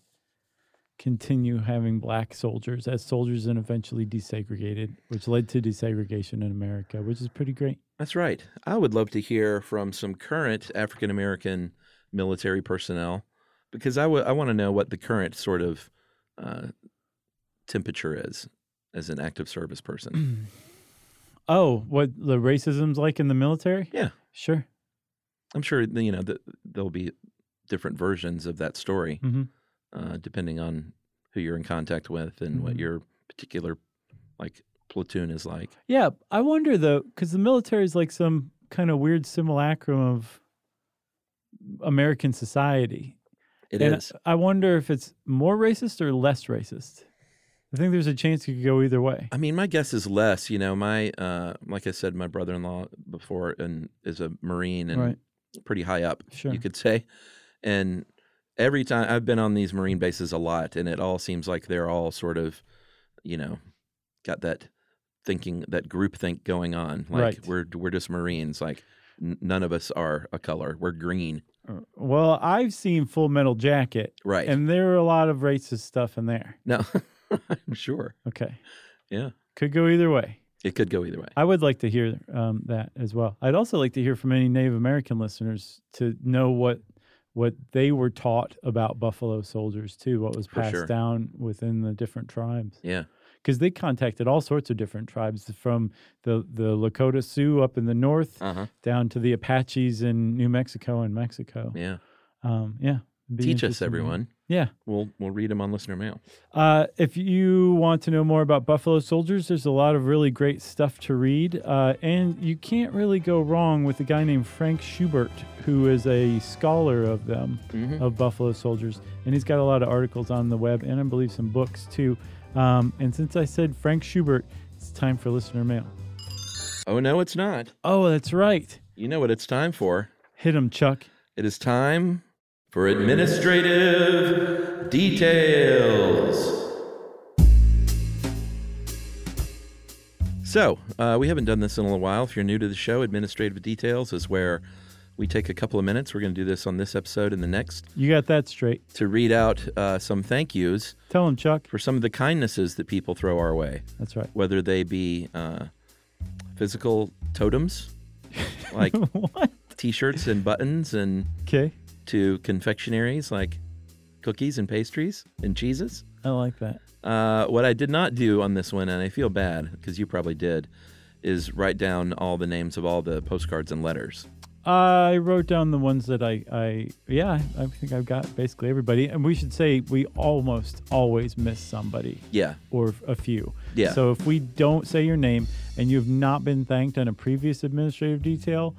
continue having black soldiers as soldiers and eventually desegregated, which led to desegregation in America, which is pretty great.
That's right. I would love to hear from some current African American military personnel because I want to know what the current sort of uh, temperature is as an active service
Mm-hmm.
person.
Oh, what the racism's like in the military?
Yeah.
Sure.
I'm sure that, you know that there'll be different versions of that story
hmm
uh, depending on who you're in contact with and what
Mhm.
your particular like platoon is like.
Yeah. I wonder though, because the military is like some kind of weird simulacrum of American society.
It
and uh,
is.
I wonder if it's more racist or less racist. I think there's a chance it could go either way.
I mean, my guess is less. You know, my uh, like I said, my brother-in-law before and is a Marine and
Right.
pretty high up,
Sure.
you could say. And every time I've been on these Marine bases a lot, and it all seems like they're all sort of, you know, got that thinking, that group think going on. Like
Right.
we're we're just Marines. Like n- none of us are a color. We're green.
Well, I've seen Full Metal Jacket,
Right.
and there are a lot of racist stuff in there.
no, I'm sure.
Okay.
Yeah,
Could go either way.
it could go either way.
I would like to hear um, that as well. I'd also like to hear from any Native American listeners to know what what they were taught about Buffalo soldiers too, what was
For
passed
sure.
down within the different tribes.
Yeah.
Because they contacted all sorts of different tribes from the, the Lakota Sioux up in the north
Uh huh.
down to the Apaches in New Mexico and Mexico.
Yeah.
Um, yeah. it'd be
Teach us,
interesting to hear.
everyone.
Yeah.
We'll we'll read them on listener mail.
Uh, if you want to know more about Buffalo Soldiers, there's a lot of really great stuff to read. Uh, and you can't really go wrong with a guy named Frank Schubert, who is a scholar of them, of Buffalo Soldiers. And he's got a lot of articles on the web and I believe some books too. Um, and since I said Frank Schubert, it's time for listener mail.
Oh no, it's not.
Oh, that's right.
You know what it's time for.
Hit him, Chuck.
It is time for administrative details. So, uh, we haven't done this in a little while. If you're new to the show, administrative details is where we take a couple of minutes. We're going to do this on this episode and the next
You got that straight.
to read out uh, some thank yous
Tell him, Chuck.
for some of the kindnesses that people throw our way.
That's right.
whether they be uh, physical totems like
what?
t-shirts and buttons and
Okay.
to confectionaries like cookies and pastries and cheeses
I like that.
uh, what i did not do on this one and i feel bad because you probably did is write down all the names of all the postcards and letters
I wrote down the ones that I, I yeah, I think I've got basically everybody. And we should say we almost always miss somebody
yeah
or a few.
Yeah.
So if we don't say your name and you have not been thanked on a previous administrative detail,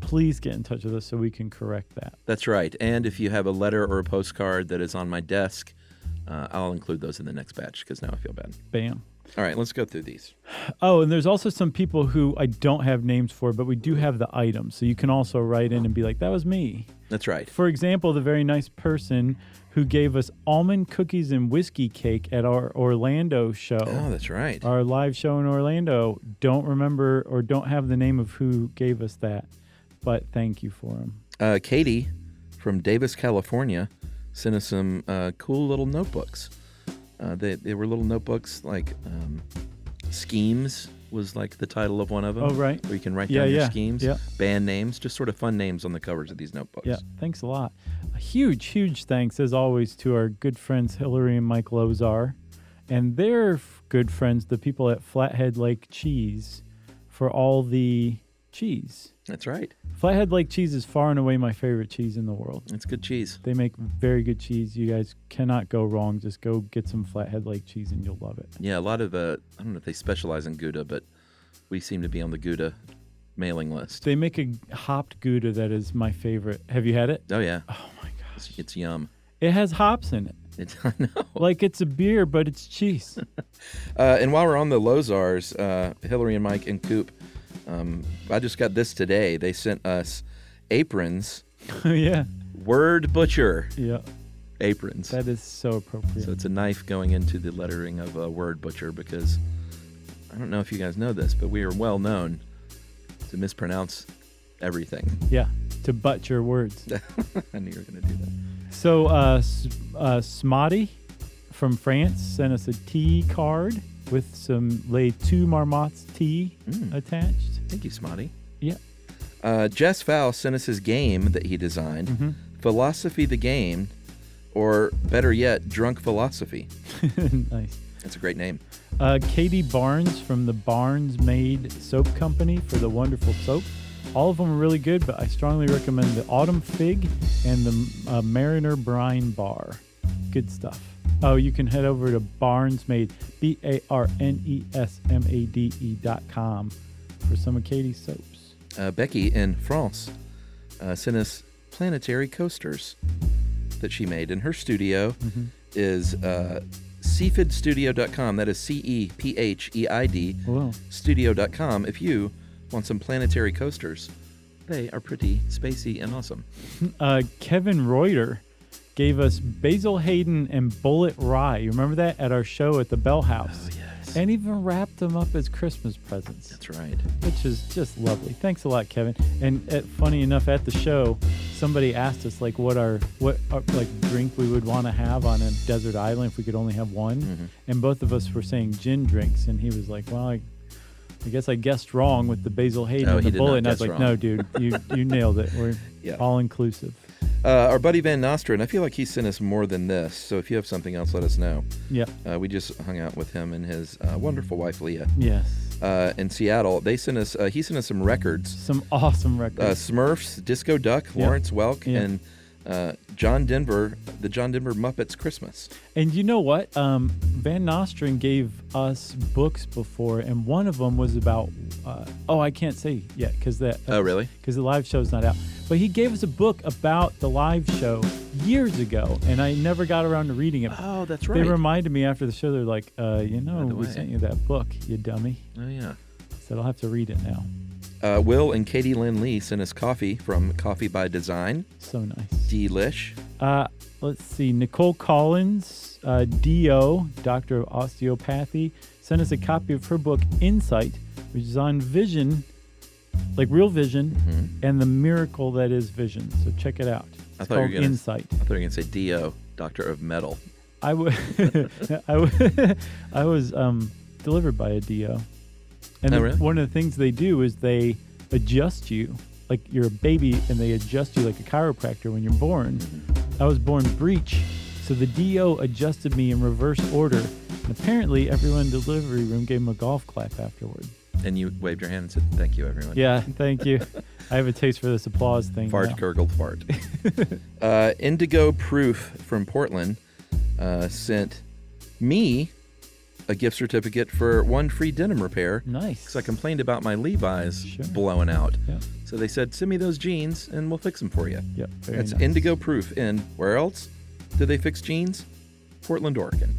please get in touch with us so we can correct that.
that's right and if you have a letter or a postcard that is on my desk uh, i'll include those in the next batch because now i feel bad
Bam.
all right let's go through these
Oh, and there's also some people who I don't have names for, but we do have the items. So you can also write in and be like, that was me.
that's right
For example, the very nice person who gave us almond cookies and whiskey cake at our Orlando show,
oh that's right
our live show in Orlando, don't remember or don't have the name of who gave us that, but thank you for him.
uh, Katie from Davis, California, sent us some uh, cool little notebooks. Uh, they, they were little notebooks like um, schemes was like the title of one of them.
Oh, right.
Where you can write
Yeah,
down your
yeah,
schemes,
yeah.
band names, just sort of fun names on the covers of these notebooks.
Yeah, thanks a lot. A huge, huge thanks, as always, to our good friends Hillary and Mike Lozar and their f- good friends, the people at Flathead Lake Cheese, for all the cheese.
That's right.
Flathead Lake cheese is far and away my favorite cheese in the world.
It's good cheese.
They make very good cheese. You guys cannot go wrong. Just go get some Flathead Lake cheese and you'll love it.
Yeah, a lot of, uh, I don't know if they specialize in Gouda, but we seem to be on the Gouda mailing list.
They make a hopped Gouda that is my favorite. Have you had it?
Oh, yeah.
Oh my gosh.
It's, it's yum.
It has hops in it.
It's, I know.
Like it's a beer, but it's cheese.
Uh, and while we're on the Lozars, uh, Hillary and Mike and Coop, um, I just got this today. They sent us aprons,
yeah.
word butcher
Yeah.
aprons.
That is so appropriate.
so it's a knife going into the lettering of a word butcher because I don't know if you guys know this, but we are well known to mispronounce everything.
yeah. To butcher words.
I knew you were going to do that.
So uh, S- uh, Smotty from France sent us a tea card with some Les Two Marmots tea attached.
Thank you, Smotty.
Yeah.
Uh, Jess Fowl sent us his game that he designed, Philosophy the Game, or better yet, Drunk Philosophy.
nice.
That's a great name.
Uh, Katie Barnes from the Barnes Made Soap Company for the wonderful soap. All of them are really good, but I strongly recommend the Autumn Fig and the uh, Mariner Brine Bar. Good stuff. Oh, you can head over to Barnes Made, B A R N E S M A D E dot com for some of Katie's soaps.
uh, Becky in France uh, sent us planetary coasters. that she made, and her studio is uh, cephidstudio.com. That is C E P H E I D
Wow.
studio.com if you want some planetary coasters. They are pretty spacey and awesome.
Uh, Kevin Reuter gave us Basil Hayden and Bullet Rye. You remember that at our show at the Bell House?
Oh, yes.
And even wrapped them up as Christmas presents.
That's right.
which is just lovely. Thanks a lot, Kevin. And uh funny enough, at the show, somebody asked us like what our what our, like drink we would want to have on a desert island if we could only have one,
Mm-hmm.
and both of us were saying gin drinks, and he was like, "Well, I, I guess I guessed wrong with the Basil Hayden
No,
and
Oh,
the
he did
bullet."
not
And I was
guess
like,
wrong.
"No, dude, you you nailed it. We're
Yeah.
all inclusive."
Uh, our buddy Van Noster, and I feel like he sent us more than this. So if you have something else, let us know.
Yeah.
Uh, we just hung out with him and his uh, wonderful wife Leah
Yes.
uh, in Seattle. They sent us. Uh, he sent us some records:
Some awesome
uh,
records.
Smurfs, Disco Duck, Lawrence Welk,
Yeah.
and uh, John Denver, the John Denver Muppets Christmas.
And you know what? Um, Van Nostrand gave us books before, and one of them was about. Uh, oh, I can't say yet because that.
Oh, really?
Because the live show's not out. But he gave us a book about the live show years ago, and I never got around to reading it.
Oh, that's
They reminded me after the show. They're like, uh, you know,
the
we
way.
sent you that book, you dummy.
oh, yeah.
Said I'll have to read it now.
Uh, Will and Katie Lynn Lee sent us coffee from Coffee by Design.
So nice.
Delish.
Uh, let's see. Nicole Collins, uh, DO, Doctor of Osteopathy, sent us a copy of her book Insight, which is on vision, like real vision, and the miracle that is vision. So check it out. It's
Mm-hmm. thought you were
called
gonna-
Insight.
I thought you were going to say Dio, Doctor of Metal.
I wa- I wa- I was um, delivered by a DO. And
Oh,
the-
really?
one of the things they do is they adjust you. Like you're a baby and they adjust you like a chiropractor when you're born.
Mm-hmm.
I was born breech, so the DO adjusted me in reverse order. And apparently, everyone in the delivery room gave him a golf clap afterward.
And you waved your hand and said, Thank you, everyone.
Yeah, thank you. I have a taste for this applause thing.
Fart,
now.
gurgle, fart. uh, Indigo Proof from Portland uh, sent me a gift certificate for one free denim repair.
Nice.
Because I complained about my Levi's
Sure.
blowing out.
Yeah.
So they said, Send me those jeans and we'll fix them for you.
Yep. Very
That's
nice.
Indigo Proof. And where else do they fix jeans? Portland, Oregon.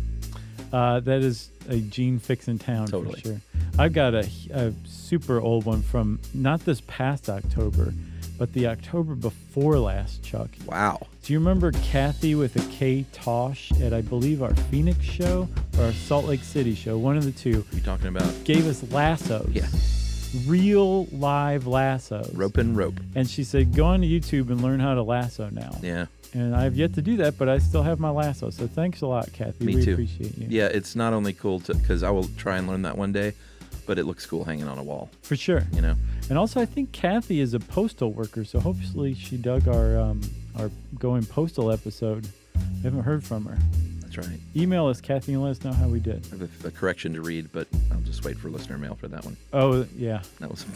Uh, that is a gene fix in town
Totally.
for sure. I've got a, a super old one from not this past October, but the October before last, Chuck.
Wow.
Do you remember Kathy with a K Tosh at I believe our Phoenix show or our Salt Lake City show, one of the two,
you talking about
gave us lassos.
Yeah.
Real live lassos.
rope and rope.
And she said, go on to YouTube and learn how to lasso now.
Yeah.
And I've yet to do that, but I still have my lasso. So thanks a lot, Kathy.
Me
we
too.
appreciate you.
Yeah, it's not only cool to because I will try and learn that one day, but it looks cool hanging on a wall.
For sure.
You know,
And also, I think Kathy is a postal worker, so hopefully she dug our um, our going postal episode. I haven't heard from her.
that's right.
Email us, Kathy, and let us know how we did.
I have a, a correction to read, but I'll just wait for listener mail for that one.
Oh yeah,
That was, I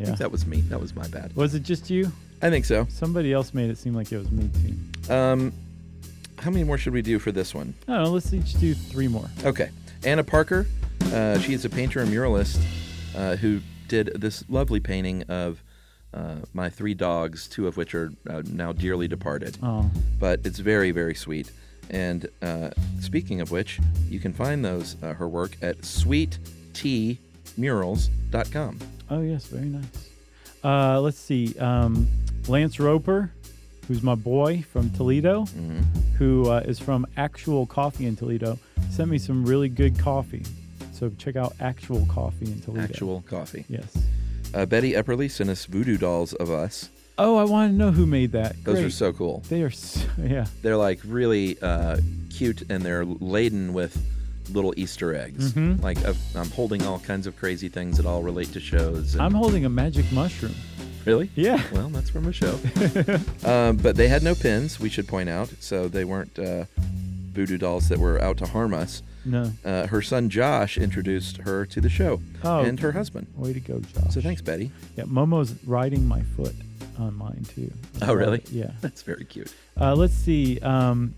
yeah.
think that was me. That was my bad.
Was it just you?
I think so.
Somebody else made it seem like it was me too.
Um, how many more should we do for this one?
I don't know. Let's each do three more.
Okay. Anna Parker, uh, she is a painter and muralist uh, who did this lovely painting of uh, my three dogs, two of which are uh, now dearly departed.
Oh,
but it's very very sweet and uh, speaking of which you can find those uh, her work at sweettmurals.com
oh yes, very nice. Uh, let's see. Um, Lance Roper, who's my boy from Toledo,
Mm-hmm.
who uh, is from Actual Coffee in Toledo, sent me some really good coffee. So check out Actual Coffee in Toledo.
actual coffee
Yes.
uh, betty epperly sent us voodoo dolls of us
Oh, I want to know who made that.
those are
Great.
so cool
They are so, yeah.
they're like really uh, cute and they're laden with little easter eggs
Mm-hmm.
like I've, i'm holding all kinds of crazy things that all relate to shows and-
I'm holding a magic mushroom.
really
Yeah. Uh,
well that's from a show um, but they had no pins we should point out so they weren't uh, voodoo dolls that were out to harm us
No.
uh, her son Josh introduced her to the show
Oh.
and her husband.
Way to go, Josh.
So thanks, Betty.
Yeah, Momo's riding my foot on mine too. I
Oh,
love it. Yeah.
That's very cute.
Uh, let's see. Um,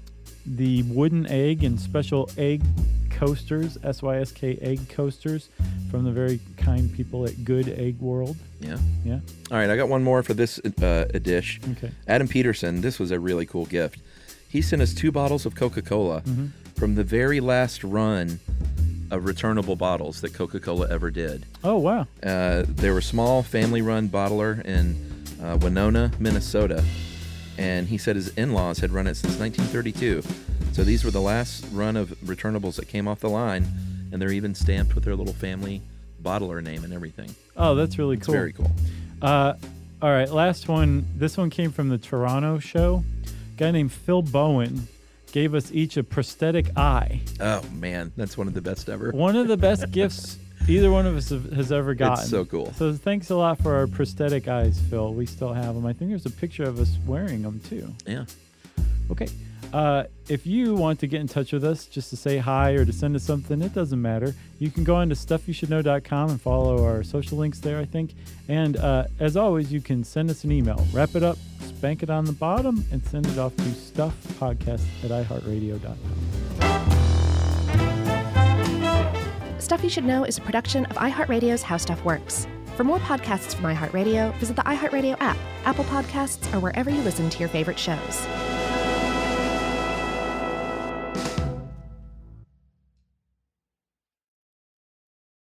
the wooden egg and special egg coasters, S Y S K egg coasters, from the very kind people at Good Egg World.
Yeah.
Yeah.
All right, I got one more for this uh, a dish.
Okay.
Adam Peterson, this was a really cool gift. He sent us two bottles of Coca Cola
Mm-hmm.
from the very last run of returnable bottles that Coca Cola ever did.
Oh wow.
Uh, they were a small family run bottler in uh, Winona, Minnesota. And he said his in laws had run it since 1932. So these were the last run of returnables that came off the line. And they're even stamped with their little family bottler name and everything.
Oh, that's really
It's
cool.
very cool.
Uh, all right, last one. This one came from the Toronto show. guy named Phil Bowen gave us each a prosthetic eye.
Oh, man. That's one of the best ever.
One of the best gifts either one of us have- has ever gotten.
It's so cool.
So thanks a lot for our prosthetic eyes, Phil. We still have them. I think there's a picture of us wearing them too.
Yeah.
Okay. Uh, if you want to get in touch with us just to say hi or to send us something, it doesn't matter. You can go on to stuffyoushouldknow.com and follow our social links there, I think. And uh, as always, you can send us an email. Wrap it up, spank it on the bottom, and send it off to stuffpodcast at iheartradio.com.
Stuff You Should Know is a production of iHeartRadio's How Stuff Works. For more podcasts from iHeartRadio, visit the iHeartRadio app, Apple Podcasts, or wherever you listen to your favorite shows.